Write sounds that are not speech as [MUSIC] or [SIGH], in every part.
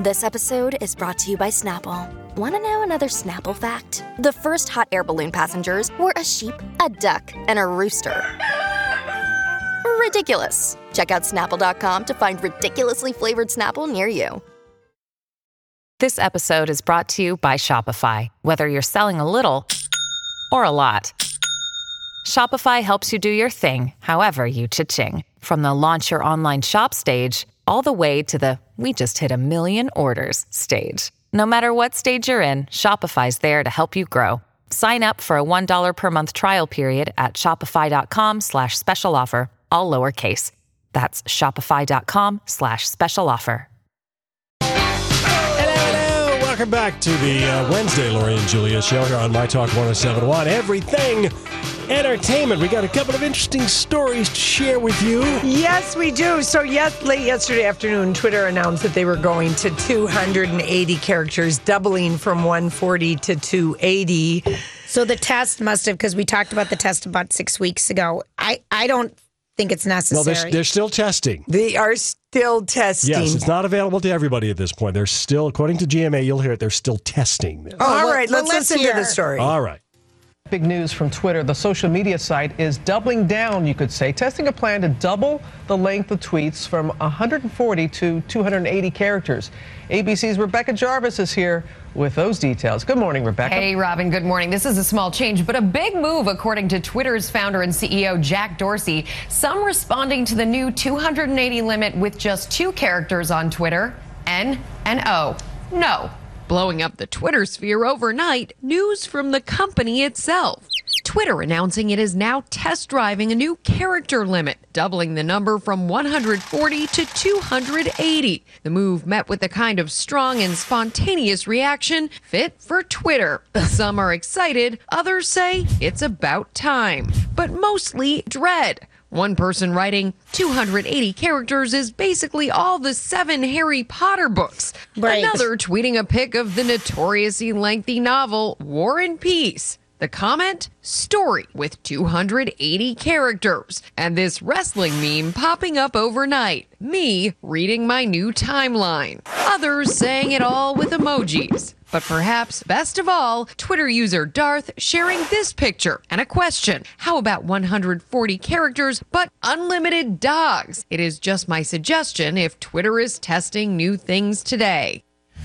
This episode is brought to you by Snapple. Want to know another Snapple fact? The first hot air balloon passengers were a sheep, a duck, and a rooster. Ridiculous. Check out snapple.com to find ridiculously flavored Snapple near you. This episode is brought to you by Shopify. Whether you're selling a little or a lot, Shopify helps you do your thing, however you cha-ching. From the launch your online shop stage, all the way to the we just hit a million orders stage. No matter what stage you're in, Shopify's there to help you grow. Sign up for a $1 per month trial period at shopify.com slash special offer, all lowercase. That's shopify.com slash special offer. Hello, hello. Welcome back to the uh, Wednesday Lori and Julia show here on My Talk 1071. Everything entertainment. We got a couple of interesting stories to share with you. Yes, we do. So, yes, late yesterday afternoon, Twitter announced that they were going to 280 characters, doubling from 140 to 280. So the test must have, because we talked about the test about six weeks ago. I, I don't think it's necessary. Well, they're, they're still testing. They are still testing. Yes, it's not available to everybody at this point. They're still, according to GMA, you'll hear it, they're still testing this. Oh, all well, right, well, let's, let's listen to hear. the story. All right. Big news from Twitter. The social media site is doubling down, you could say, testing a plan to double the length of tweets from 140 to 280 characters. ABC's Rebecca Jarvis is here with those details. Good morning, Rebecca. Hey, Robin, good morning. This is a small change, but a big move, according to Twitter's founder and CEO Jack Dorsey. Some responding to the new 280 limit with just two characters on Twitter N and O. No. Blowing up the Twitter sphere overnight, news from the company itself. Twitter announcing it is now test driving a new character limit, doubling the number from 140 to 280. The move met with a kind of strong and spontaneous reaction fit for Twitter. Some are excited, others say it's about time, but mostly dread. One person writing 280 characters is basically all the seven Harry Potter books. Right. Another tweeting a pic of the notoriously lengthy novel War and Peace. The comment story with 280 characters, and this wrestling meme popping up overnight. Me reading my new timeline. Others saying it all with emojis. But perhaps best of all, Twitter user Darth sharing this picture and a question. How about 140 characters but unlimited dogs? It is just my suggestion if Twitter is testing new things today.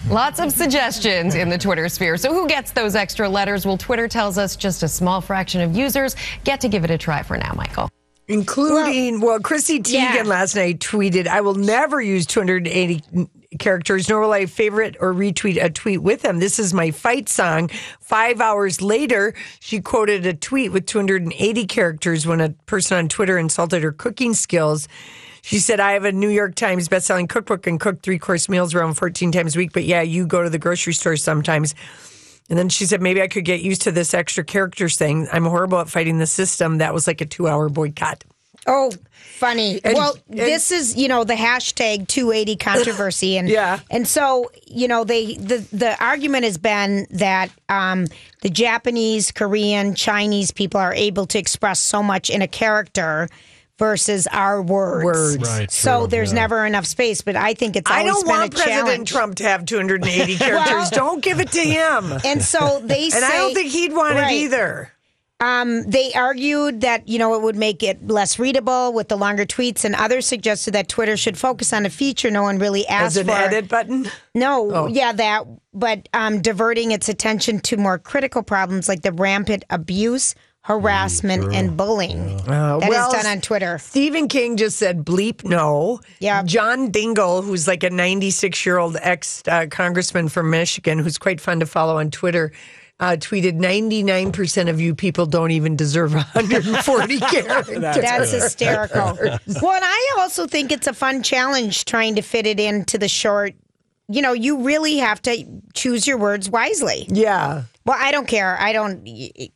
Lots of suggestions in the Twitter sphere. So, who gets those extra letters? Well, Twitter tells us just a small fraction of users get to give it a try for now, Michael. Including, well, Chrissy Teigen Yeah. last night tweeted, I will never use 280 characters, nor will I favorite or retweet a tweet with them. This is my fight song. Five hours later, she quoted a tweet with 280 characters when a person on Twitter insulted her cooking skills. She said, I have a New York Times bestselling cookbook and cook three course meals around 14 times a week, but yeah, you go to the grocery store sometimes. And then she said, maybe I could get used to this extra characters thing. I'm horrible at fighting the system. That was like a two hour boycott. Oh, funny. And- well, and- this is you know the hashtag 280 controversy, and Yeah. and so you know they the the argument has been that um, the Japanese, Korean, Chinese people are able to express so much in a character versus our words. Words. Right, so true, there's yeah. never enough space, but I think it's I always don't been want a President challenge. Trump to have [LAUGHS] 280 characters. don't give it to [LAUGHS] him. And, And so they say, I don't think he'd want Right. it either. They argued that, you know, it would make it less readable with the longer tweets, and others suggested that Twitter should focus on a feature no one really asked As an for. edit Oh. button. No, yeah, that, but um, diverting its attention to more critical problems like the rampant abuse, harassment, and bullying that is Uh, well, done on Twitter. Stephen King just said bleep no. Yeah. John Dingle, who's like a 96 year old ex uh, congressman from Michigan, who's quite fun to follow on Twitter. Uh, tweeted 99% of you people don't even deserve 140 [LAUGHS] characters. [LAUGHS] That's hysterical. well, and I also think it's a fun challenge trying to fit it into the short. You know, you really have to choose your words wisely. yeah. Well, I don't care. I don't. y- y-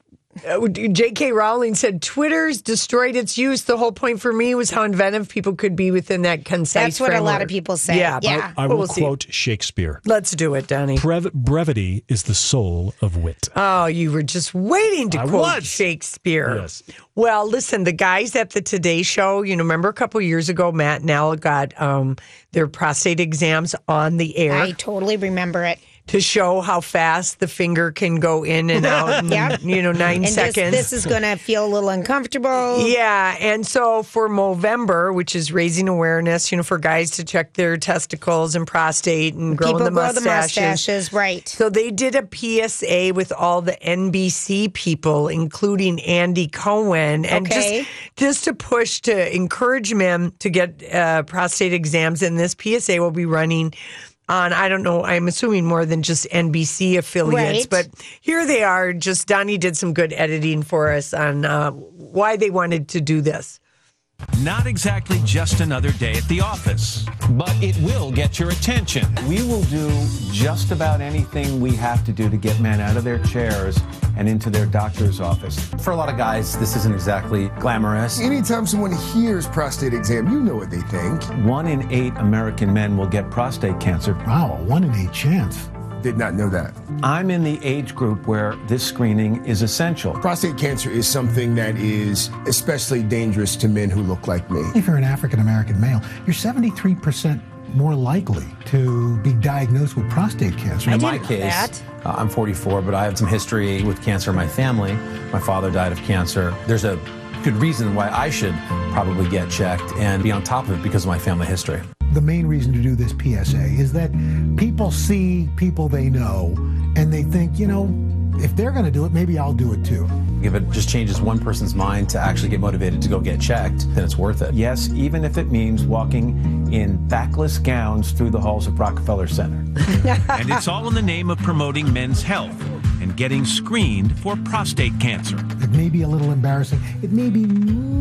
uh, J.K. Rowling said Twitter's destroyed its use. The whole point for me was how inventive people could be within that concise. That's what a lot framework." of people say. Yeah, Yeah. but I will we'll see. quote Shakespeare. Let's do it, Donnie. Brev- brevity is the soul of wit. Oh, you were just waiting to I quote was. Shakespeare. Yes. Well, listen, the guys at the Today Show, you know, remember a couple years ago, Matt and Al got um, their prostate exams on the air I totally remember it. to show how fast the finger can go in and [LAUGHS] out. in, Yep. You know, nine And this, seconds. this is going to feel a little [LAUGHS] uncomfortable. Yeah, and so for Movember, which is raising awareness, you know, for guys to check their testicles and prostate and growing People the grow the mustaches. mustaches, right? So they did a PSA with all the NBC people, including Andy Cohen, and Okay. just just to push to encourage men to get uh, prostate exams. And this PSA will be running. On, I don't know, I'm assuming more than just NBC affiliates, Right. but here they are. Just Donnie did some good editing for us on uh, why they wanted to do this. Not exactly just another day at the office, but it will get your attention. We will do just about anything we have to do to get men out of their chairs and into their doctor's office. For a lot of guys, this isn't exactly glamorous. Anytime someone hears prostate exam, you know what they think. One in eight American men will get prostate cancer. Wow, a one in eight chance. Did not know that. I'm in the age group where this screening is essential. Prostate cancer is something that is especially dangerous to men who look like me. If you're an African American male, you're 73% more likely to be diagnosed with prostate cancer. In my didn't know case, that. uh, I'm 44, but I have some history with cancer in my family. My father died of cancer. There's a good reason why I should probably get checked and be on top of it because of my family history. The main reason to do this PSA is that people see people they know and they think, you know, if they're going to do it, maybe I'll do it too. If it just changes one person's mind to actually get motivated to go get checked, then it's worth it. Yes, even if it means walking in backless gowns through the halls of Rockefeller Center. [LAUGHS] and it's all in the name of promoting men's health and getting screened for prostate cancer. It may be a little embarrassing. It may be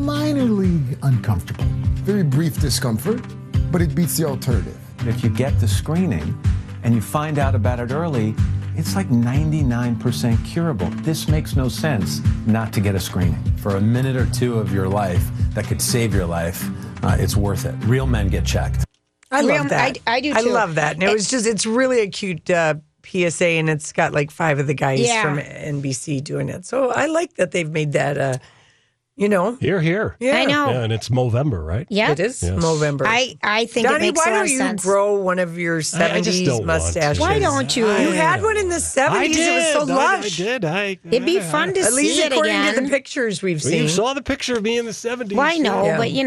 minorly uncomfortable. Very brief discomfort, but it beats the alternative. If you get the screening and you find out about it early, it's like 99% curable. This makes no sense not to get a screening. For a minute or two of your life that could save your life, uh, it's worth it. Real men get checked. I love Real- that. I- I do I too. love that. And it, was just, it's really a cute uh, PSA, and it's got like five of the guys Yeah. from NBC doing it. So I like that they've made that, uh, you know, Here, here. Yeah. I know. and it's Movember, right? Yeah. it is Yes. November. I, I think it Donnie, makes why a lot don't of you sense. grow one of I- your I just don't seventies want to. mustaches? why don't you? You had one in the seventies. It was so lush. I did. I, It'd be fun to At least see it according again. to the pictures we've Well, you seen. saw the picture of me in the 70s. Well, I know, Yeah. Mm-hmm. but you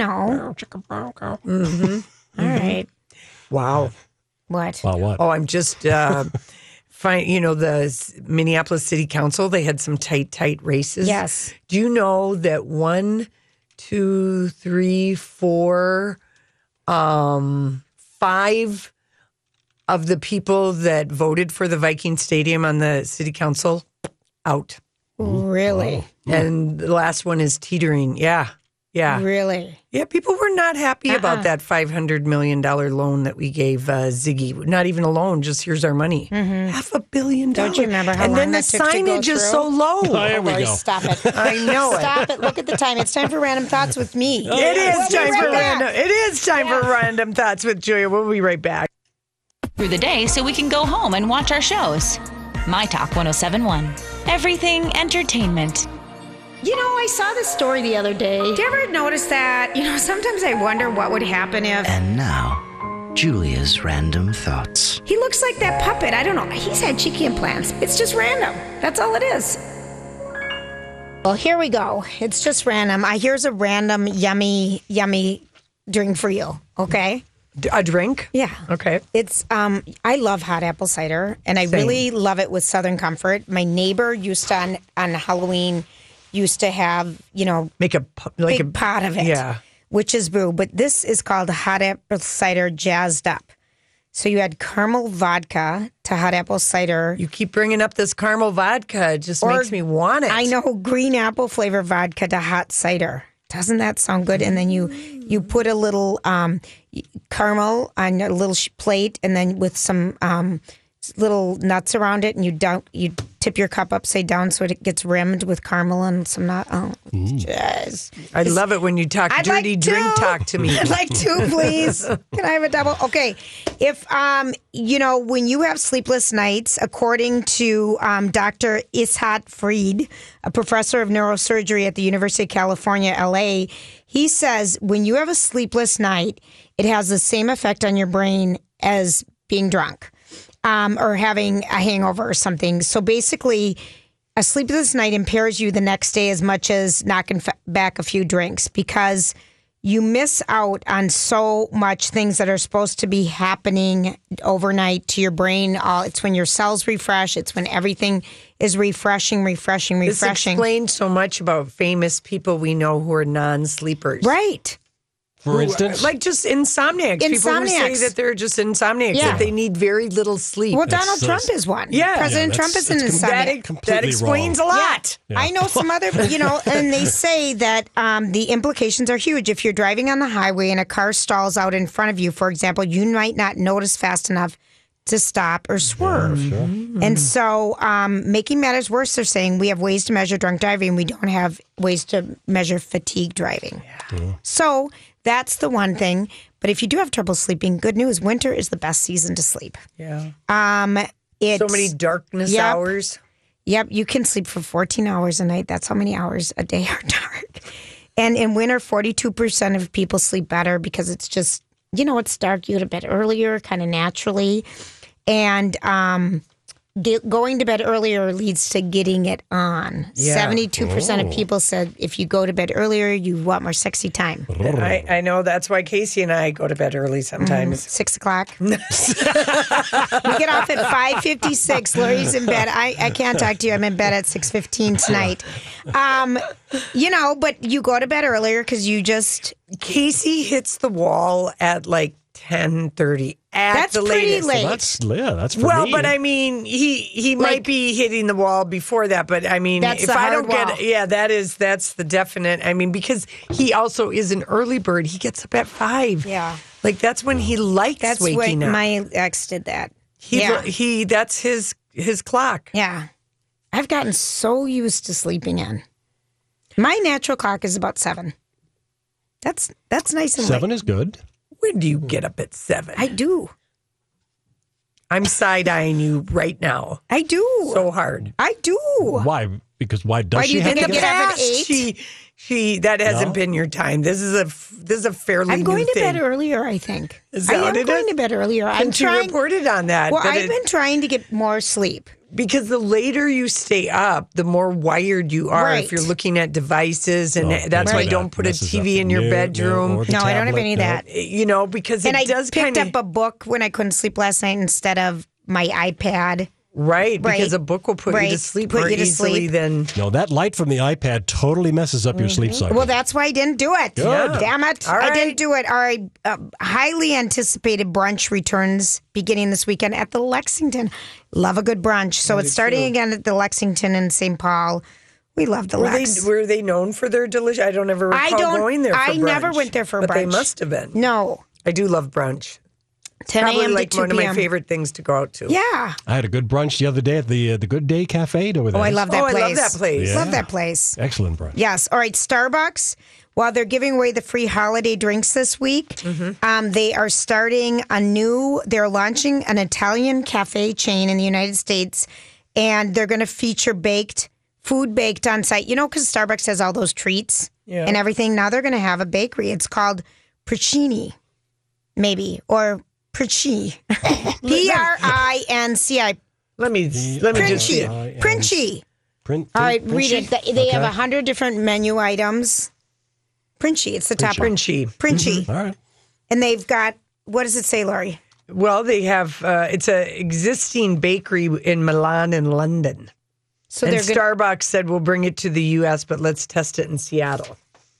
know. All right. Wow. What? Wow, what? Oh, I'm just uh, [LAUGHS] fine. You know, the S- Minneapolis City Council, they had some tight, tight races. Yes. Do you know that one, two, three, four, um, five of the people that voted for the Viking Stadium on the city council out? Mm-hmm. Really? And the last one is teetering. Yeah. Yeah. Really? Yeah, people were not happy about Uh-uh. that $500 million loan that we gave uh, Ziggy. Not even a loan, just here's our money. Half a billion Mm-hmm. Don't dollars. you remember how And then long the that took to go signage is so through? low. Oh, here we Lori, go. Stop it. [LAUGHS] I know it. Stop it. Look at the time. It's time for random thoughts with It is me. We'll be time right for back. random. It is time for random thoughts with Julia. We'll be right back. through the day so we can go home and watch our shows. My Talk 1071. Everything entertainment. You know, I saw this story the other day. Do you ever notice that? You know, sometimes I wonder what would happen if And now, Julia's random thoughts. he looks like that puppet. I don't know. He's had cheeky implants. It's just random. That's all it is. Well, here we go. It's just random. I here's a random yummy yummy drink for you. Okay. D- A drink? Yeah. Okay. It's um I love hot apple cider and I really love it with Southern Comfort. My neighbor used to on, on Halloween used to have, you know, Make a pu- like big a pot of it. Yeah. Which is brew. But this is called hot apple cider jazzed up. So you add caramel vodka to hot apple cider. You keep bringing up this caramel vodka. It just Or- makes me want it. I know green apple flavor vodka to hot cider. Doesn't that sound good? And then you you put a little um, caramel on a little sh- plate, and then with some um, little nuts around it, and you don't you tip your cup upside down so it gets rimmed with caramel and some nut. Oh, yes. I love it when you talk I'd like dirty drink two. talk to [LAUGHS] me. I'd like two, please. [LAUGHS] Can I have a double? Okay. If um, you know, when you have sleepless nights, according to um, Dr. Ishat Fried, a professor of neurosurgery at the University of California, LA, he says when you have a sleepless night, it has the same effect on your brain as being drunk um, or having a hangover or something. So basically, a sleepless night impairs you the next day as much as knocking fa- back a few drinks because you miss out on so much things that are supposed to be happening overnight to your brain. All it's when your cells refresh. It's when everything is refreshing, refreshing, This refreshing. explains so much about famous people we know who are non-sleepers. Right. For Who- instance, like just insomniacs. People who say Insomniacs. that they're just insomniacs, Yeah. that they need very little sleep. Well, Donald That's- Trump is one. Yeah, President Yeah, Trump that's- is an that's com- that insomniac. ex- That, explains a lot. Yeah. I know some other, you know, and they say that um, the implications are huge. If you're driving on the highway and a car stalls out in front of you, for example, you might not notice fast enough to stop or swerve. Mm-hmm. And so, um, making matters worse, they're saying we have ways to measure drunk driving, we don't have ways to measure fatigue driving. So that's the one thing. But if you do have trouble sleeping, good news: winter is the best season to sleep. Yeah. Um, it's, So many darkness Yep. hours. Yep, you can sleep for 14 hours a night. That's how many hours a day are [LAUGHS] dark. And in winter, 42% of people sleep better because it's just, you know, it's dark. You go to bed earlier, kind of naturally. And um, get, going to bed earlier leads to getting it on. Yeah. 72% Oh. of people said if you go to bed earlier, you want more sexy time. And I, I know that's why Casey and I go to bed early sometimes. Six o'clock. Mm. [LAUGHS] we get off at five fifty six. Lori's in bed. I, I can't talk to you. I'm in bed at six fifteen tonight. Um, you know, but you go to bed earlier because you just Casey hits the wall at like ten thirty. At That's the pretty latest. late. Well, that's yeah, that's for well, me. but I mean, he he might be hitting the wall before that, but I mean, That's if the I hard don't wall. get, yeah, that is that's the definite. I mean, because he also is an early bird. He gets up at five. Yeah. like that's when he likes that's what waking up. my ex did that. he yeah. he that's his his clock. yeah. I've gotten so used to sleeping in. My natural clock is about seven. That's that's nice and late. seven is good. When do you get up at seven? I do. I'm side eyeing you right now, I do. so hard. I do. Why? Because why does Why do she you have think to I get get up? up? at Fast. eight? She she that hasn't No? been your time. This is a f- this is a fairly. I'm going new to bed thing. earlier, I think. Is I that am what it going is? to bed earlier. I'm Since you trying. reported on that. Well, that I've it- been trying to get more sleep. because the later you stay up, the more wired you are. Right. If you're looking at devices, and Oh, that's why right. don't put a Messes up TV in your no, no, bedroom. or the No, I don't have tablet, any of no. that. You know, because And it I does picked kind of up a book when I couldn't sleep last night instead of my iPad. right, because Right. a book will put you to Right. sleep Put more you to easily sleep. than. No, that light from the iPad totally messes up your sleep cycle. Mm-hmm. Well, that's why I didn't do it. Good. Damn it. All I right. didn't do it. All right. Uh, highly anticipated brunch returns beginning this weekend at the Lexington. Love a good brunch. So it's starting again at the Lexington in St. Paul. We love the Were they, Lex. were they known for their delicious? I don't ever recall I don't. going there. For I never brunch, went there for but brunch. they must have been. No. I do love brunch. 10 Probably a.m. like to 2 one of p.m. my favorite things to go out to. Yeah. I had a good brunch the other day at the uh, the Good Day Cafe over there. Oh, I love that Oh, I place. love that place. Yeah. Love that place. excellent brunch. Yes. All right. Starbucks, while they're giving away the free holiday drinks this week, Mm-hmm. um, they are starting a new, they're launching an Italian cafe chain in the United States, and they're going to feature baked food baked on site. You know, because Starbucks has all those treats Yeah. and everything. Now they're going to have a bakery. It's called Puccini, maybe, or [LAUGHS] Pricci. P R I N C I. Let me let me just see. Princi. it. Princi. Print. All right, print read sheet? it. They, they have Okay. a hundred different menu items. Princhy, it's the top one. Princi. Princhy, All right. and they've got what does it say, Lori? Well, they have uh, it's a existing bakery in Milan and London. So and they're good. Starbucks said we'll bring it to the U.S., but let's test it in Seattle.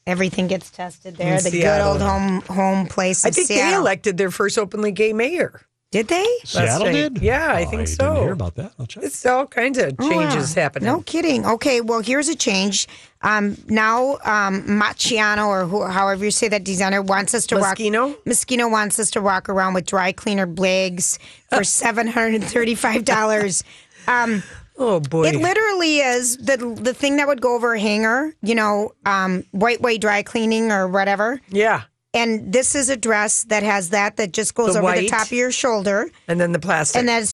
Everything gets tested there. In The Seattle. good old home home place. I in think they Seattle. elected their first openly gay mayor. Did they? Seattle did? Yeah, I Oh, think I so. Didn't hear about that. I'll check. It's all kinds of Oh, changes Yeah. happening. No kidding. Okay, well, here's a change. Um, now, um, Machiano, or who, however you say that designer, wants us to Moschino? walk. Moschino wants us to walk around with dry cleaner blags for Uh. seven hundred and thirty-five dollars. Um, oh boy! It literally is the the thing that would go over a hanger. You know, um, white way dry cleaning or whatever. Yeah. And this is a dress that has that that just goes The over the white. top of your shoulder. And then the plastic. And that's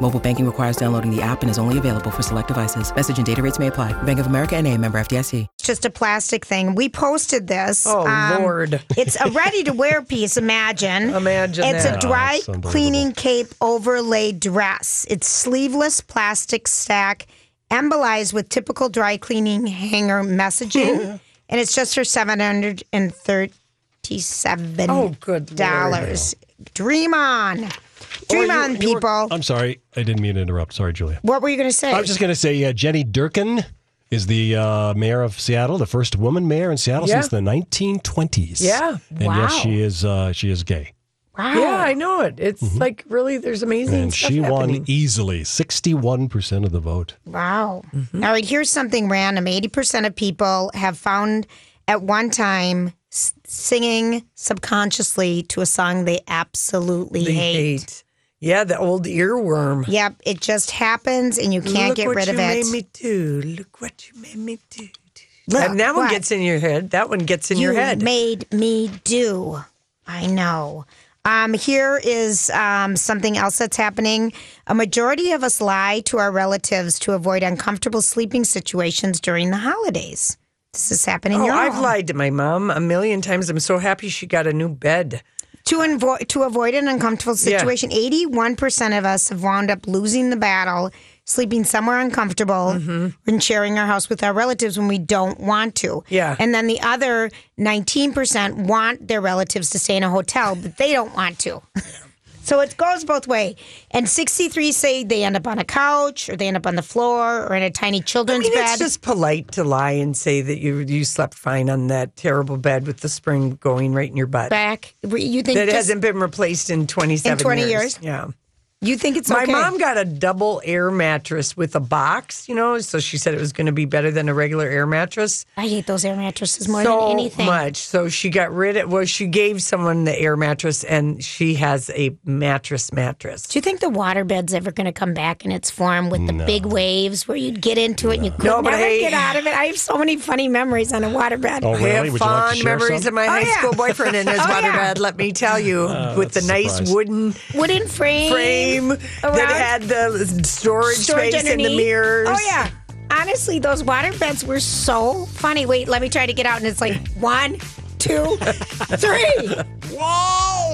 Mobile banking requires downloading the app and is only available for select devices. Message and data rates may apply. Bank of America and a member FDIC. just a plastic thing. We posted this. um, Oh, Lord. [LAUGHS] It's a ready to wear piece, imagine. Imagine. It's that. a dry That's unbelievable. cleaning cape overlay dress. It's sleeveless plastic stack, embolized with typical dry cleaning hanger messaging. and it's just for seven hundred and thirty-seven Oh, good Lord. dollars. Dream on. Dream on, people. I'm sorry, I didn't mean to interrupt. Sorry, Julia. What were you gonna say? I was just going to say uh, Jenny Durkin is the uh, mayor of Seattle, the first woman mayor in Seattle Yeah. since the 1920s. Yeah. and yes, Wow. she is. Uh, she is gay, Yeah, I know it. It's like really, there's amazing Mm-hmm. and stuff she happening. won easily, 61 percent of the vote. Wow. Mm-hmm. All right, here's something random 80% of people have found at one time s- singing subconsciously to a song they absolutely They hate. hate. Yeah, the old earworm. Yep, it just happens and you can't Look get what rid you of it. made me do. Look what you made me do. Look and that one what gets in your head. That one gets in you your head. made me do. I know. Um, here is um, something else that's happening. A majority of us lie to our relatives to avoid uncomfortable sleeping situations during the holidays. This is happening. oh, your I've home. lied to my mom a million times. I'm so happy she got a new bed. To avoid to avoid an uncomfortable Yeah. situation, eighty one percent of us have wound up losing the battle, sleeping somewhere uncomfortable, Mm-hmm. and sharing our house with our relatives when we don't want to. Yeah. and then the other nineteen percent want their relatives to stay in a hotel, but they don't want to. [LAUGHS] So it goes both way. And 63 say they end up on a couch or they end up on the floor or in a tiny children's I mean, bed. It's just polite to lie and say that you you slept fine on that terrible bed with the spring going right in your butt. back. You think that just- hasn't been replaced in 27 In 20 years? Yeah. you think it's My okay? mom got a double air mattress with a box, you know, so she said it was going to be better than a regular air mattress. I hate those air mattresses more so than anything. much. So she got rid of well, she gave someone the air mattress and she has a mattress mattress. Do you think the waterbed's ever going to come back in its form with the No. big waves where you'd get into it and you could No, but never I- get out of it? I have so many funny memories on a waterbed. Oh, really? I Would you like have to fond share memories some? of my Oh, high yeah. school boyfriend and his [LAUGHS] Oh, waterbed. yeah. Let me tell you, Oh, with the that's nice surprised. wooden Wooden frame. frame that around- had the storage, storage space and the underneath. mirrors. Oh, yeah. Honestly, those waterbeds were so funny. Wait, let me try to get out. And it's like one, [LAUGHS] two, three. Whoa!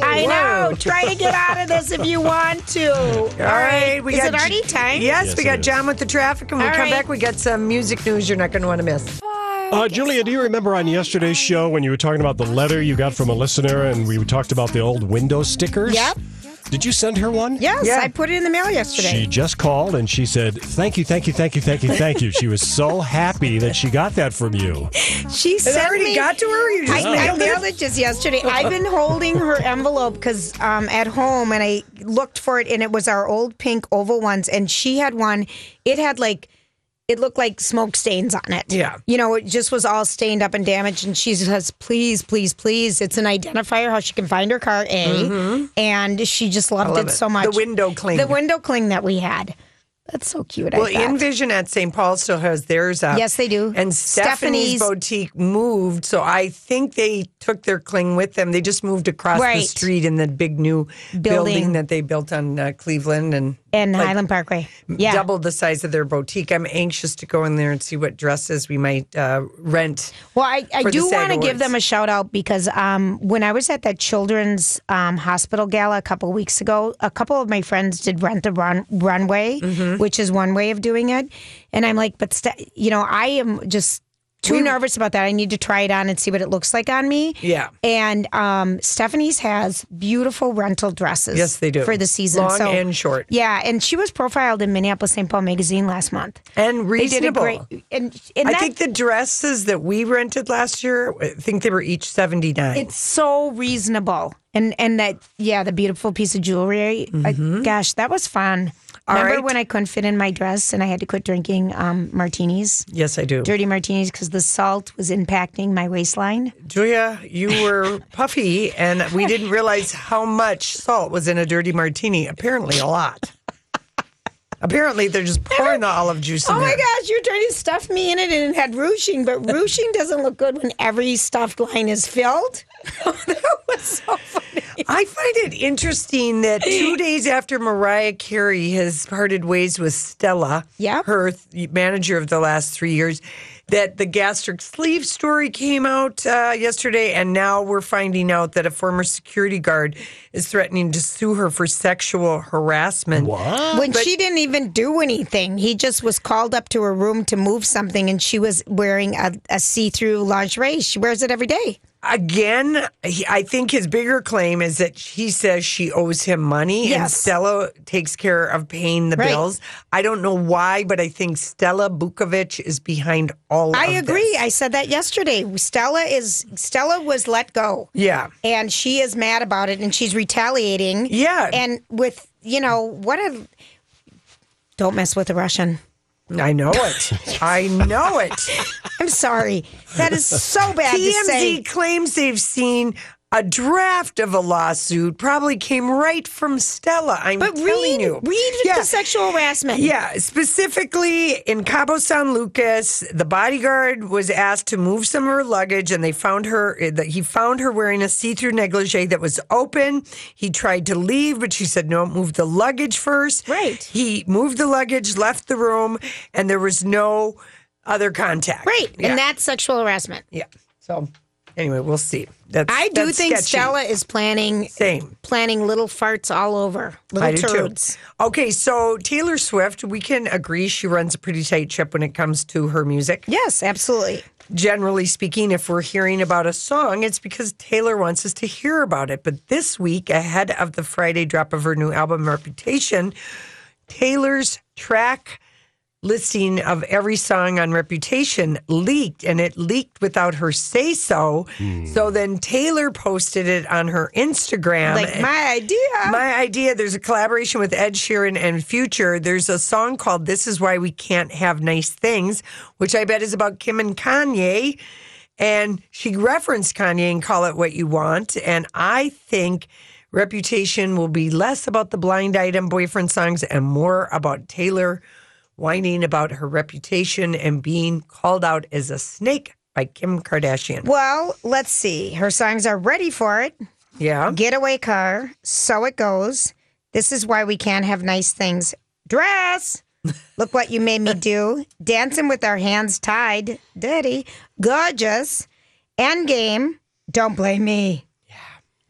I know. Whoa. Try to get out of this if you want to. All All right, we Is got it already time? Yes, we got John with the traffic, and when All we come right. back, we got some music news you're not going to want to miss. Uh, Julia, do you remember on yesterday's show when you were talking about the letter you got from a listener and we talked about the old window stickers? Yep. Did you send her one? Yes, I put it in the mail yesterday. She just called and she said, Thank you, thank you, thank you, thank you, thank you. She was so happy that she got that from you. She It sent already me- got to her? You just I, I mailed it? mailed it just yesterday. I've been holding her envelope because um, at home, and I looked for it, and it was our old pink oval ones, and she had one. It had like. It looked like smoke stains on it. Yeah. You know, it just was all stained up and damaged. And she says, please, please, please. It's an identifier how she can find her car, A. And she just loved Mm-hmm. love it it. so much. The window cling. The window cling that we had. That's so cute. I Well, thought. Envision at St. Paul still has theirs up. Yes, they do. And Stephanie's, Stephanie's- boutique moved, so I think they took their cling with them. They just moved across the Right. street in the big new building, Building. that they built on uh, Cleveland and and like, Highland Parkway. Yeah. double the size of their boutique. I'm anxious to go in there and see what dresses we might uh, rent. Well, I, I for the do SAG want to give Awards. them a shout out because um, when I was at that children's um, hospital gala a couple weeks ago, a couple of my friends did rent the run- runway, Mm-hmm. which is one way of doing it. And I'm like, but st- you know, I am just too nervous about that. I need to try it on and see what it looks like on me. Yeah. And um, Stephanie's has beautiful rental dresses. Yes, they do. for the season, Long So- and short. Yeah, and she was profiled in Minneapolis St. Paul magazine last month. And reasonable. They did a great. And, and I that- think the dresses that we rented last year, I think they were each 79. It's so reasonable. And and that yeah, the beautiful piece of jewelry. I- gosh, that was fun. All Remember right. when I couldn't fit in my dress and I had to quit drinking um, martinis, yes, I do. dirty martinis, because the salt was impacting my waistline? Julia, you were puffy, and we didn't realize how much salt was in a dirty martini. Apparently, a lot. Apparently, they're just pouring the olive juice in Oh my there. gosh, you're trying to stuff me in it and it had ruching, but ruching doesn't look good when every stuffed line is filled. [LAUGHS] I find it interesting that [LAUGHS] two days after Mariah Carey has parted ways with Stella, Yeah. her th- manager of the last three years, that the gastric sleeve story came out uh, yesterday, and now we're finding out that a former security guard is threatening to sue her for sexual harassment. What? When she didn't even do anything, he just was called up to her room to move something, and she was wearing a, a see-through lingerie. She wears it every day. Again, he, I think his bigger claim is that he says she owes him money and Yes. Stella takes care of paying the Right. bills. I don't know why, but I think Stella Bukovic is behind all I of agree. this. I said that yesterday. Stella is Stella was let go, Yeah. and she is mad about it, and she's retaliating. Yeah. and with you know what a don't mess with a Russian. I know [LAUGHS] it. I know it. I'm sorry, that is [LAUGHS] so [LAUGHS] bad to say. TMZ claims they've seen a draft of a lawsuit probably came right from Stella. I'm But telling read, you. read Yeah. the sexual harassment. Yeah, specifically in Cabo San Lucas, the bodyguard was asked to move some of her luggage, and they found her. eh, That he found her wearing a see-through negligee that was open. He tried to leave, but she said, "No, move the luggage first. Right. He moved the luggage, left the room, and there was no other contact. right, Yeah. and that's sexual harassment. yeah. So anyway, we'll see. That's I do that's think sketchy. Stella is planning same. planning little farts all over little I do too. turds. Okay, so Taylor Swift, we can agree she runs a pretty tight ship when it comes to her music. Yes, absolutely. Generally speaking, if we're hearing about a song, it's because Taylor wants us to hear about it. But this week, ahead of the Friday drop of her new album Reputation, Taylor's track listing of every song on Reputation leaked, and it leaked without her say so. So then Taylor posted it on her Instagram. Like my [LAUGHS] idea. My idea. There's a collaboration with Ed Sheeran and Future. There's a song called "This Is Why We Can't Have Nice Things," which I bet is about Kim and Kanye. And she referenced Kanye and "Call It What You Want." And I think Reputation will be less about the blind item boyfriend songs and more about Taylor whining about her reputation and being called out as a snake by Kim Kardashian. Well, let's see. Her songs are ready for it. Yeah. Getaway car. So it goes. This is why we can't have nice things. Dress. Look what you made me do. Dancing with our hands tied. Dirty. Gorgeous. Endgame. Don't blame me. Yeah.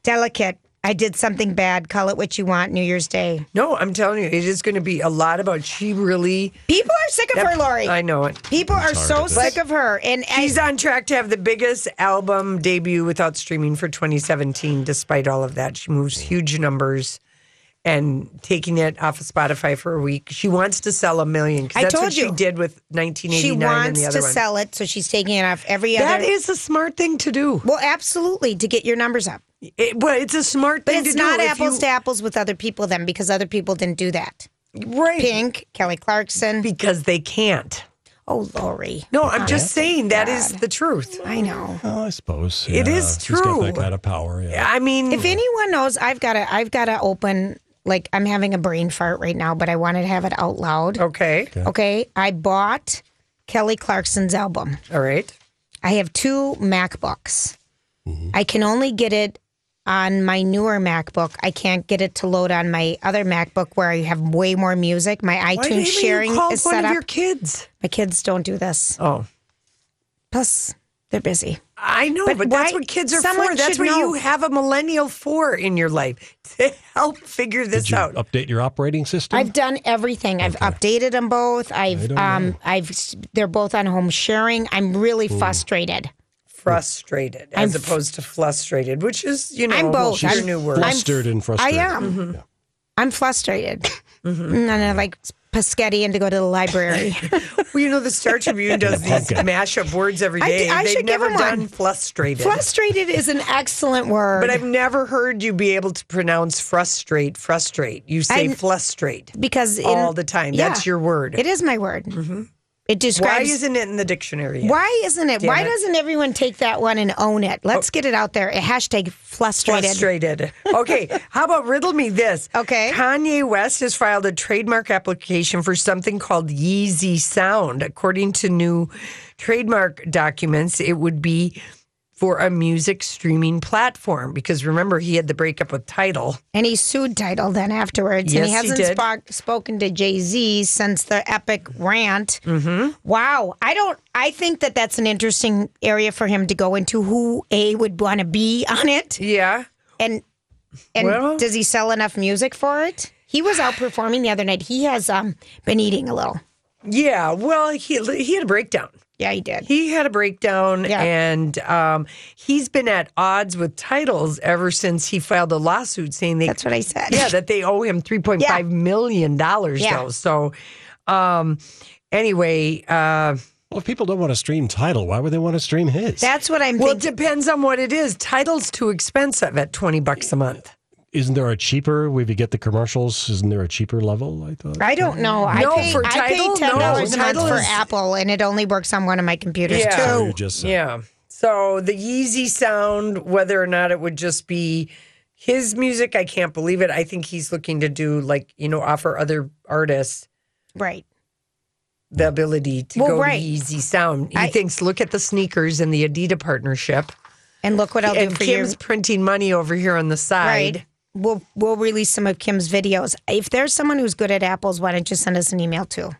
Delicate. I did something bad. Call it what you want. New Year's Day. No, I'm telling you, it is going to be a lot about she really. People are sick of her, Lori. I know it. People are so sick of her. And She's on track to have the biggest album debut without streaming for 2017, despite all of that. She moves huge numbers and taking it off of Spotify for a week. She wants to sell a million 'cause I that's told what she you. did with she 1989 and wants the to other one. sell it, so she's taking it off every that other. is a smart thing to do. well, absolutely to get your numbers up, It, well, it's a smart but thing it's to do. not if apples you- to apples with other people then because other people didn't do that. Right. Pink, Kelly Clarkson. Because they can't. Oh, Lori. No, I'm just saying that is the truth. I know. Well, Oh, I suppose It yeah, is She's got true. that kind of power. Yeah. I mean, If anyone knows, I've got to. I've got to open like I'm having a brain fart right now, but I wanted to have it out loud. Okay. Okay. I bought Kelly Clarkson's album. All right. I have two MacBooks. Mm-hmm. I can only get it on my newer MacBook. I can't get it to load on my other MacBook where I have way more music. My iTunes Why didn't you sharing call is one set of up. your kids? my kids don't do this. Oh. Plus, they're busy. I know, but, But that's why- what kids are someone for. That's should what you know. have a millennial for in your life to help figure this Did you out. update your operating system? I've done everything. I've updated them both. I've don't um I've they're both on home sharing. I'm really frustrated. Frustrated as I'm- opposed to frustrated, which is, you know, I'm both. your I'm- Oh, new word. flustered and frustrated. I am. Mm-hmm. I'm frustrated. [LAUGHS] And then I like Paschetti and to go to the library. [LAUGHS] Well, you know, the Star [LAUGHS] Tribune does these mashup words every I day. d- I They've should give never them done one. frustrated. Frustrated is an excellent word. but I've never heard you be able to pronounce frustrate, frustrate. You say I'm- frustrate because in- all the time. yeah. That's your word. Mm-hmm. It is my word. It Why describes. isn't it in the dictionary? yet? Why isn't it? Damn Why it. Oh. doesn't everyone take that one and own it? Let's get it out there. Hashtag frustrated. Frustrated. Okay. How about riddle me this? Okay. Kanye West has filed a trademark application for something called Yeezy Sound. According to new trademark documents, it would be for a music streaming platform because remember he had the breakup with Tidal. And he sued Title then afterwards. and he Yes, he hasn't did. spoke- spoken to Jay Z since the epic rant. Mm-hmm. Wow. I don't, I think that that's an interesting area for him to go into who A would want to be on it. Yeah. And, and Well- does he sell enough music for it? He was out performing the other night. He has um, been eating a little. Yeah. Well, he he had a breakdown. Yeah, he did. He had a breakdown, Yeah. and um, he's been at odds with titles ever since he filed a lawsuit saying they That's what I said. yeah that they owe him three point five million dollars Yeah. though. So, um, anyway, uh, Well, if people don't want to stream title, why would they want to stream his? [LAUGHS] That's what I'm well, it thinking. depends on what it is. Title's too expensive at twenty bucks a month. Isn't there a cheaper? We could get the commercials. Isn't there a cheaper level? I thought. I don't know. I No, pay, for I pay Tidal? No, ten dollars a month Tidal for is- Apple, and it only works on one of my computers Yeah. too. So you just said. Yeah. So the Yeezy sound, whether or not it would just be his music, I can't believe it. I think he's looking to do like you know offer other artists Right. the ability to Well, go right. to Yeezy Sound. He I- thinks, look at the sneakers and the Adidas partnership. And look what I'll do and for Kim's you. printing money over here on the side. Right. We'll we'll release some of Kim's videos. If there's someone who's good at apples, why don't you send us an [LAUGHS] email too?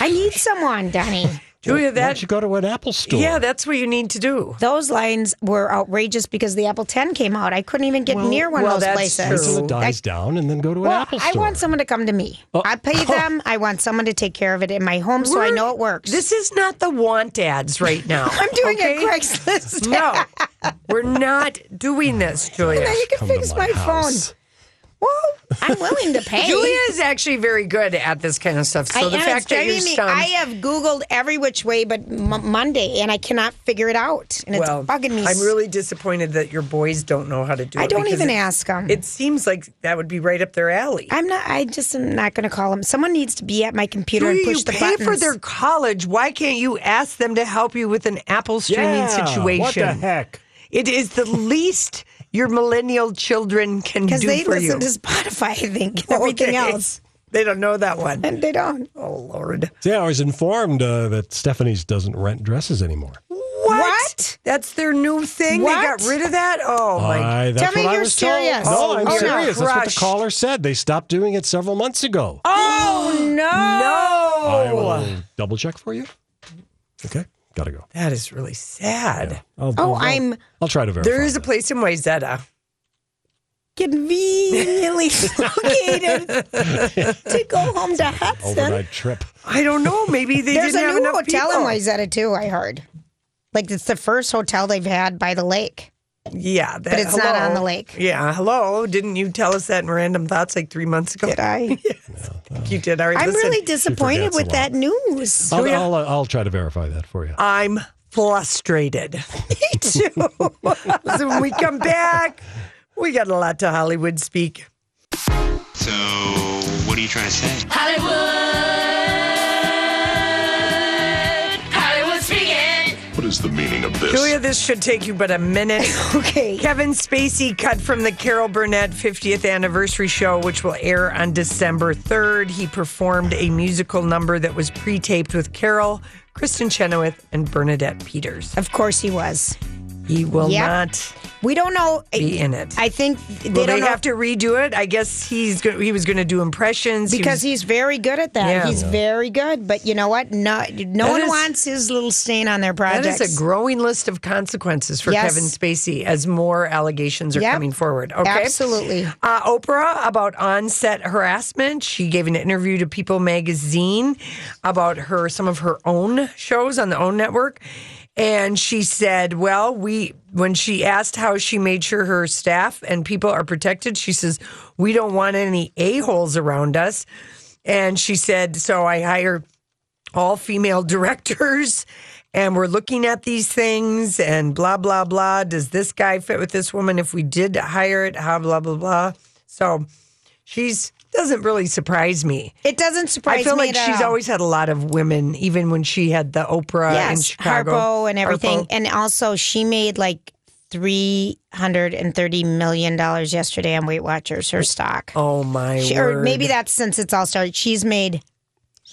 I need someone, Donnie. Julia, Why that don't you go to an Apple store? yeah, that's what you need to do. Those lines were outrageous because the Apple 10 came out. I couldn't even get near one well, Oh. of those that's places. true. until it dies down, and then go to an Well, Apple I store. want someone to come to me. [LAUGHS] I pay them. I want someone to take care of it in my home, so I We're- know it works. This is not the want ads right now. [LAUGHS] I'm doing okay? a Craigslist. [LAUGHS] No, we're not doing [LAUGHS] this, Julia. now you can Come to fix my my, house. phone. Well, I'm [LAUGHS] willing to pay. Julia is actually very good at this kind of stuff. So I the am, fact it's that you're driving me- stumped, I have Googled every which way but m- Monday, and I cannot figure it out, and it's well, bugging me. I'm really disappointed that your boys don't know how to do it. I don't because even it- ask 'em. It seems like that would be right up their alley. I'm not. I just am not going to call them. Someone needs to be at my computer Julia, and push you the pay buttons. for their college. Why can't you ask them to help you with an Apple streaming Yeah, situation? What the heck? It is the least your millennial children can do because they for listen you. to Spotify, [LAUGHS] I think, and everything Okay. else, They don't know that one. and they don't. Oh Lord! See, I was informed uh, that Stephanie's doesn't rent dresses anymore. What? That's their new thing. They What? got rid of that. Oh my! I, that's Tell me what I you're was told. serious. No, I'm Oh, you're serious. That's what the crushed. caller said. They stopped doing it several months ago. Oh I no! will double check for you. Okay, gotta go. That is really sad. I'll, Oh, I'll- I'm I'll try to verify. There is a that. place in Wayzata. conveniently [LAUGHS] located to go home to Hudson. overnight trip. I don't know. Maybe they There's a didn't have new enough hotel people. in Wayzata too. I heard. Like it's the first hotel they've had by the lake. Yeah, that, it's not hello. on the lake. Yeah, hello. Didn't you tell us that in random thoughts like three months ago? Did [LAUGHS] I? You did. All right, I'm listen. really disappointed forgets a with lot. that news. I'll, Julia? I'll, uh, I'll try to verify that for you. I'm frustrated. [LAUGHS] Me too. Listen, when we come back, we got a lot to Hollywood speak. So, what are you trying to say? Hollywood. Hollywood speaking. What is the meaning of this? Julia, this should take you but a [LAUGHS] minute. okay. Kevin Spacey cut from the Carol Burnett 50th anniversary show, which will air on December 3rd. He performed a musical number that was pre taped with Carol, Kristen Chenoweth, and Bernadette Peters. Of course he was. He will Yep. not We don't know. be in it. I think they will don't they know have to redo it? I guess he's go- he was going to do impressions He because was- he's very good at that. Yeah. He's Yeah. very good. But you know what? No, no That one is- wants his little stain on their projects. That is a growing list of consequences for Yes. Kevin Spacey as more allegations are Yep. coming forward. Okay. Absolutely. Uh, Oprah about on-set harassment. She gave an interview to People magazine about her some of her own shows on the OWN network. And she said, well, we when she asked how she made sure her staff and people are protected, she says, we don't want any a-holes around us. And she said, so I hire all female [LAUGHS] directors and we're looking at these things and blah blah blah does this guy fit with this woman if we did hire it how blah blah blah so she's doesn't really surprise me It doesn't surprise i feel me like at she's all. always had a lot of women even when she had the oprah in yes, chicago Harpo and everything. Harpo. And also, she made like three hundred and thirty million dollars yesterday on Weight Watchers. Her stock, oh my She- word or maybe that's since it's all started. She's made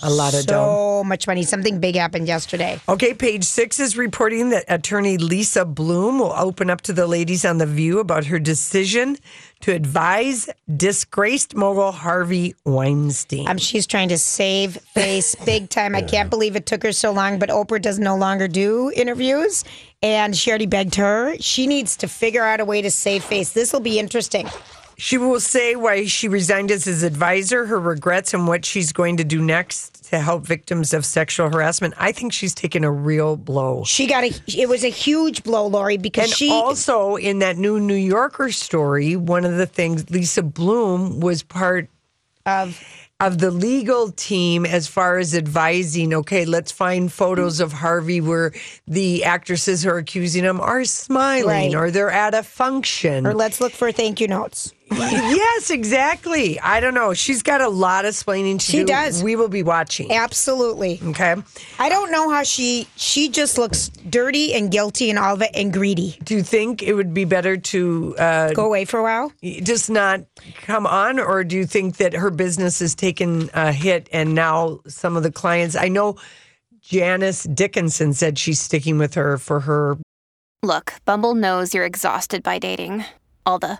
a lot of dough so much money. Something big happened yesterday. Okay, page six is reporting that attorney Lisa Bloom will open up to the ladies on The View about her decision to advise disgraced mogul Harvey Weinstein. Um, she's trying to save [LAUGHS] face big time. I can't believe it took her so long, but Oprah does no longer do interviews, and she already begged her. She needs to figure out a way to save face. This will be interesting. She will say why she resigned as his advisor, her regrets, and what she's going to do next to help victims of sexual harassment. I think she's taken a real blow. She got a. It was a huge blow, Lori, because And she also in that new New Yorker story, one of the things Lisa Bloom was part of of the legal team as far as advising, okay, let's find photos of Harvey where the actresses who are accusing him are smiling Right. or they're at a function. or let's look for thank you notes. [LAUGHS] yes, exactly. I don't know. She's got a lot of explaining to She do. does. We will be watching. Absolutely. Okay. I don't know how she she just looks dirty and guilty and all of it and greedy. Do you think it would be better to uh, Go away for a while. just not come on, or do you think that her business has taken a hit and now some of the clients? I know Janice Dickinson said she's sticking with her for her. Look, Bumble knows you're exhausted by dating. All the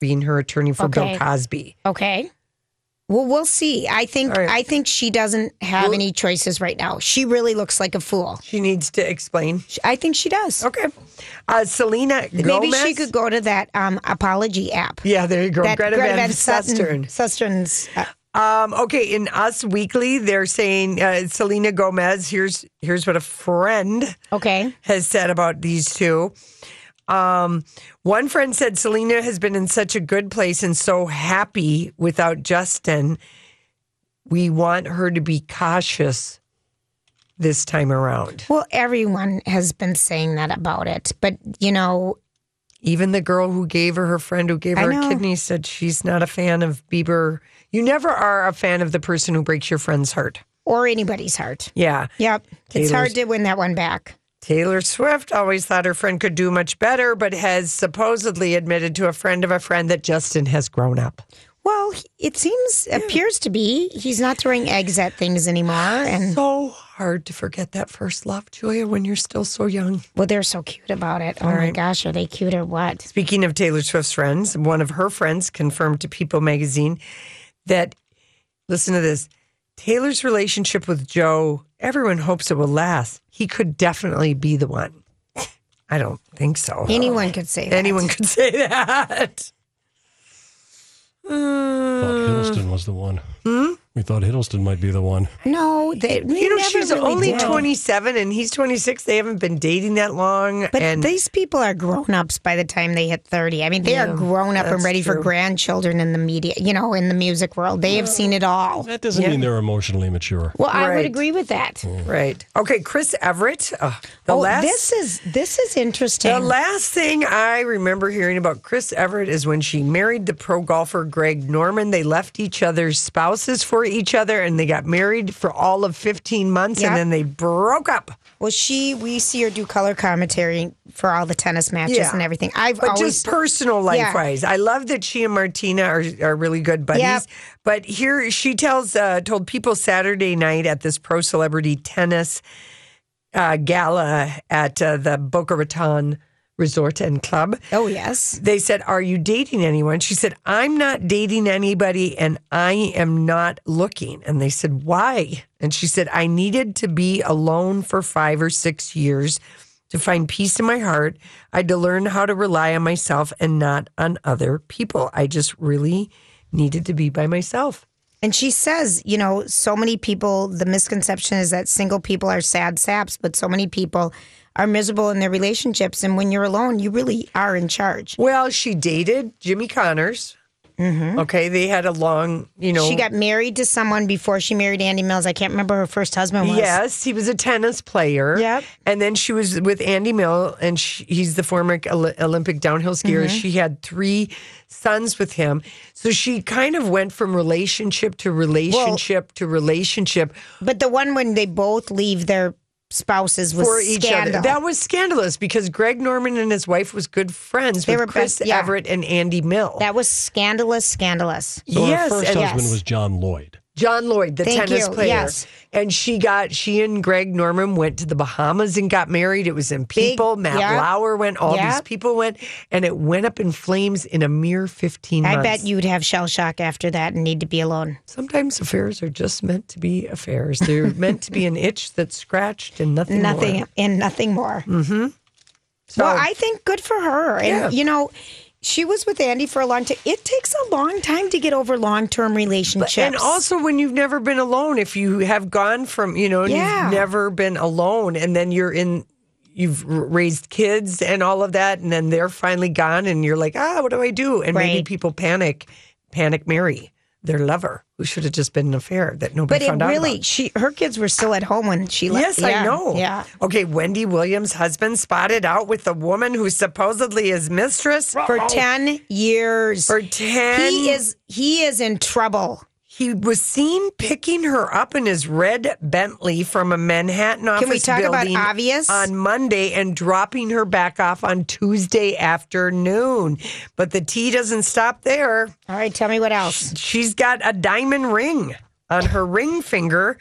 being her attorney for Okay. Bill Cosby. Okay. Well, we'll see. I think All right. I think she doesn't have Well- any choices right now. She really looks like a fool. She needs to explain. I think she does. Okay. Uh, Selena Gomez. Maybe she could go to that um, apology app. Yeah, there you go. That Greta, Van, Sutton- Susteren. Sustern's. uh, Um, okay, in Us Weekly, they're saying uh, Selena Gomez. Here's here's what a friend okay has said about these two. Um, one friend said Selena has been in such a good place and so happy without Justin. We want her to be cautious this time around. well, everyone has been saying that about it, but you know, Even the girl who gave her her friend who gave I her a know. kidney said she's not a fan of Bieber. You never are a fan of the person who breaks your friend's heart. or anybody's heart. Yeah. Yep, it's Taylor's- hard to win that one back. Taylor Swift always thought her friend could do much better, but has supposedly admitted to a friend of a friend that Justin has grown up. Well, Well, it seems appears to be he's not throwing eggs at things anymore, and so hard to forget that first love, Julia, when you're still so young. Well, they're so cute about it. Oh All my right. gosh, are they cute or what? Speaking of Taylor Swift's friends, one of her friends confirmed to People magazine that, listen to this, Taylor's relationship with Joe, everyone hopes it will last. He could definitely be the one. I don't think so. Anyone could say that. Anyone could say that. Hiddleston was the one. We thought Hiddleston might be the one. No, they, they You know, never she's really only did. 27 and he's 26. They haven't been dating that long. But and these people are grown ups by the time they hit 30. I mean, they Yeah, are grown up and that's ready true. for grandchildren in the media, you know, in the music world. They have seen it all. That doesn't mean they're emotionally mature. Well, I Right. would agree with that. Right. Okay, Chris Everett. Uh, the oh, last this is this is interesting. The last thing I remember hearing about Chris Everett is when she married the pro golfer Greg Norman. They left each other's spouses for each other and they got married for all of 15 months Yep. and then they broke up. well, she we see her do color commentary for all the tennis matches Yeah. and everything. I've But always just personal life Yeah. wise, I love that she and Martina are, are really good buddies. Yep. But here she tells uh, told people Saturday night at this pro celebrity tennis uh, gala at uh, the Boca Raton Resort and Club. Oh yes. They said, Are you dating anyone? She said, I'm not dating anybody and I am not looking. And they said, Why? And she said, I needed to be alone for five or six years to find peace in my heart. I had to learn how to rely on myself and not on other people. I just really needed to be by myself. And she says, you know, so many people, the misconception is that single people are sad saps, but so many people are miserable in their relationships. And when you're alone, you really are in charge. Well, she dated Jimmy Connors. Okay. They had a long, you know. Mm-hmm. She got married to someone before she married Andy Mills. I can't remember who her first husband was. Yes, he was a tennis player. Yep. And then she was with Andy Mill, and she, he's the former Oli- Olympic downhill skier. Mm-hmm. She had three sons with him. So she kind of went from relationship to relationship to relationship But the one when they both leave their spouses was for each scandal. other. That was scandalous because Greg Norman and his wife was good friends They with were Chris best- yeah. Everett and Andy Mill. That was scandalous, scandalous. So yes, her first and- husband was John Lloyd. John Lloyd, the Thank tennis you, player. yes. And she got she and Greg Norman went to the Bahamas and got married. It was in Big- people. Matt yeah. Lauer went, all Yeah. these people went, and it went up in flames in a mere fifteen I months. bet you'd have shell shock after that and need to be alone. sometimes affairs are just meant to be affairs. They're [LAUGHS] meant to be an itch that's scratched and nothing. Nothing more. Mm-hmm. and nothing more. So well, I think good for her. And, Yeah. you know, she was with Andy for a long time. It takes a long time to get over long term relationships. and also when you've never been alone, if you have gone from you know, and Yeah. you've never been alone, and then you're in. You've r- raised kids and all of that, and then they're finally gone, and you're like, ah, what do I do? And maybe Right. people panic, panic marry their lover, who should have just been an affair that nobody but it found out really, about. she her kids were still at home when she left. Yes, I Yeah, know. Yeah. Okay, Wendy Williams' husband spotted out with the woman who supposedly is mistress For 10 years. Oh. For ten he is he is in trouble. He was seen picking her up in his red Bentley from a Manhattan office Can we talk about building obvious? on Monday and dropping her back off on Tuesday afternoon. But the tea doesn't stop there. All right, tell me what else. She's got a diamond ring on her ring finger.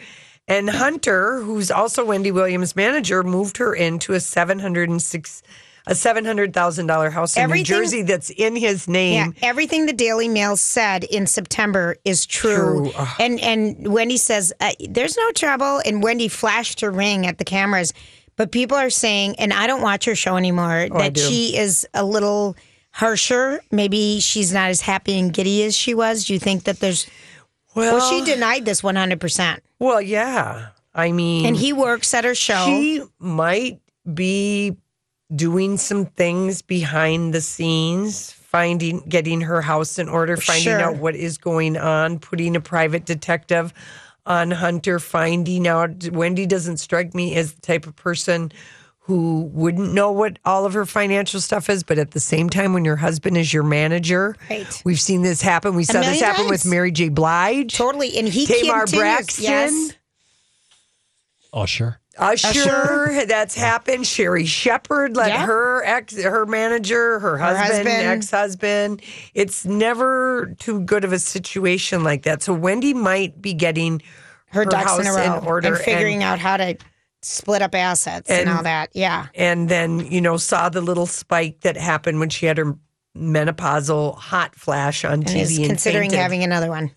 And Hunter, who's also Wendy Williams' manager, moved her into a seven hundred and six a seven hundred thousand dollar house in New Everything- Jersey that's in his Yeah, name. everything the Daily Mail said in September is true. True. Ugh. And and Wendy says uh, there's no trouble, and Wendy flashed her ring at the cameras, but people are saying, and I don't watch her show anymore, Oh, I that do. she is a little harsher. Maybe she's not as happy and giddy as she was. Do you think that there's? Well, she denied this 100, percent Well, yeah. I mean, and he works at her show. mm. She might be doing some things behind the scenes, finding getting her house in order, finding Sure. out what is going on, putting a private detective on Hunter, finding out Wendy doesn't strike me as the type of person who wouldn't know what all of her financial stuff is, but at the same time when your husband is your manager. Right. We've seen this happen. We saw this million happen with times. Mary J. Blige. totally, and he Tamar continues- Braxton. Yes. Usher. Usher, Uh, that's happened. Sherry Shepard let Yeah. her ex, her manager, her husband, husband. ex husband. It's never too good of a situation like that. So Wendy might be getting her, her ducks in a house row order and and- figuring out how to split up assets and, and- all that. Yeah. and then you know saw the little spike that happened when she had her menopausal hot flash on And TV. is and considering fainted. having [LAUGHS] another one.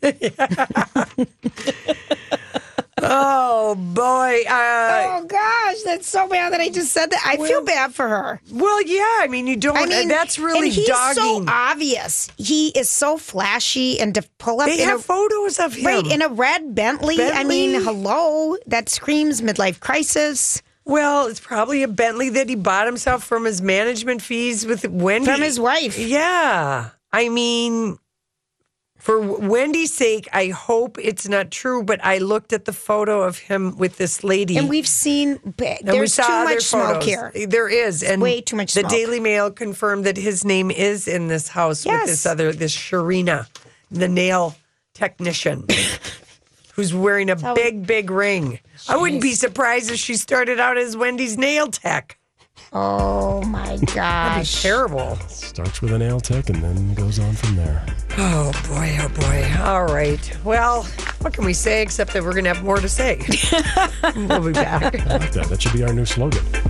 Oh boy! Uh, oh gosh, that's so bad that I just said that. I feel bad for her. Well, yeah. I mean, you don't. I mean, that's really and he's so dogging. obvious. He is so flashy, and to pull up they in have a, photos of him. right in a red Bentley. I mean, Bentley. hello, that screams midlife crisis Well, it's probably a Bentley that he bought himself from his management fees with Wendy. from his wife. Yeah. I mean, for Wendy's sake, I hope it's not true, but I looked at the photo of him with this lady. And we've seen ba- and we there's too saw much other smoke photos. here. There is, and way too much The smoke. Daily Mail confirmed that his name is in this house with Yes. this other, this Sharina, the nail [LAUGHS] technician, who's wearing a big, big ring. I wouldn't be surprised if she started out as Wendy's nail tech. Oh [LAUGHS] my That'd be gosh. terrible. Starts with an nail tech and then goes on from there. Oh boy, oh boy. All right. Well, what can we [LAUGHS] say except that we're going to have more to say? we'll be back. I like that. That should be our new slogan.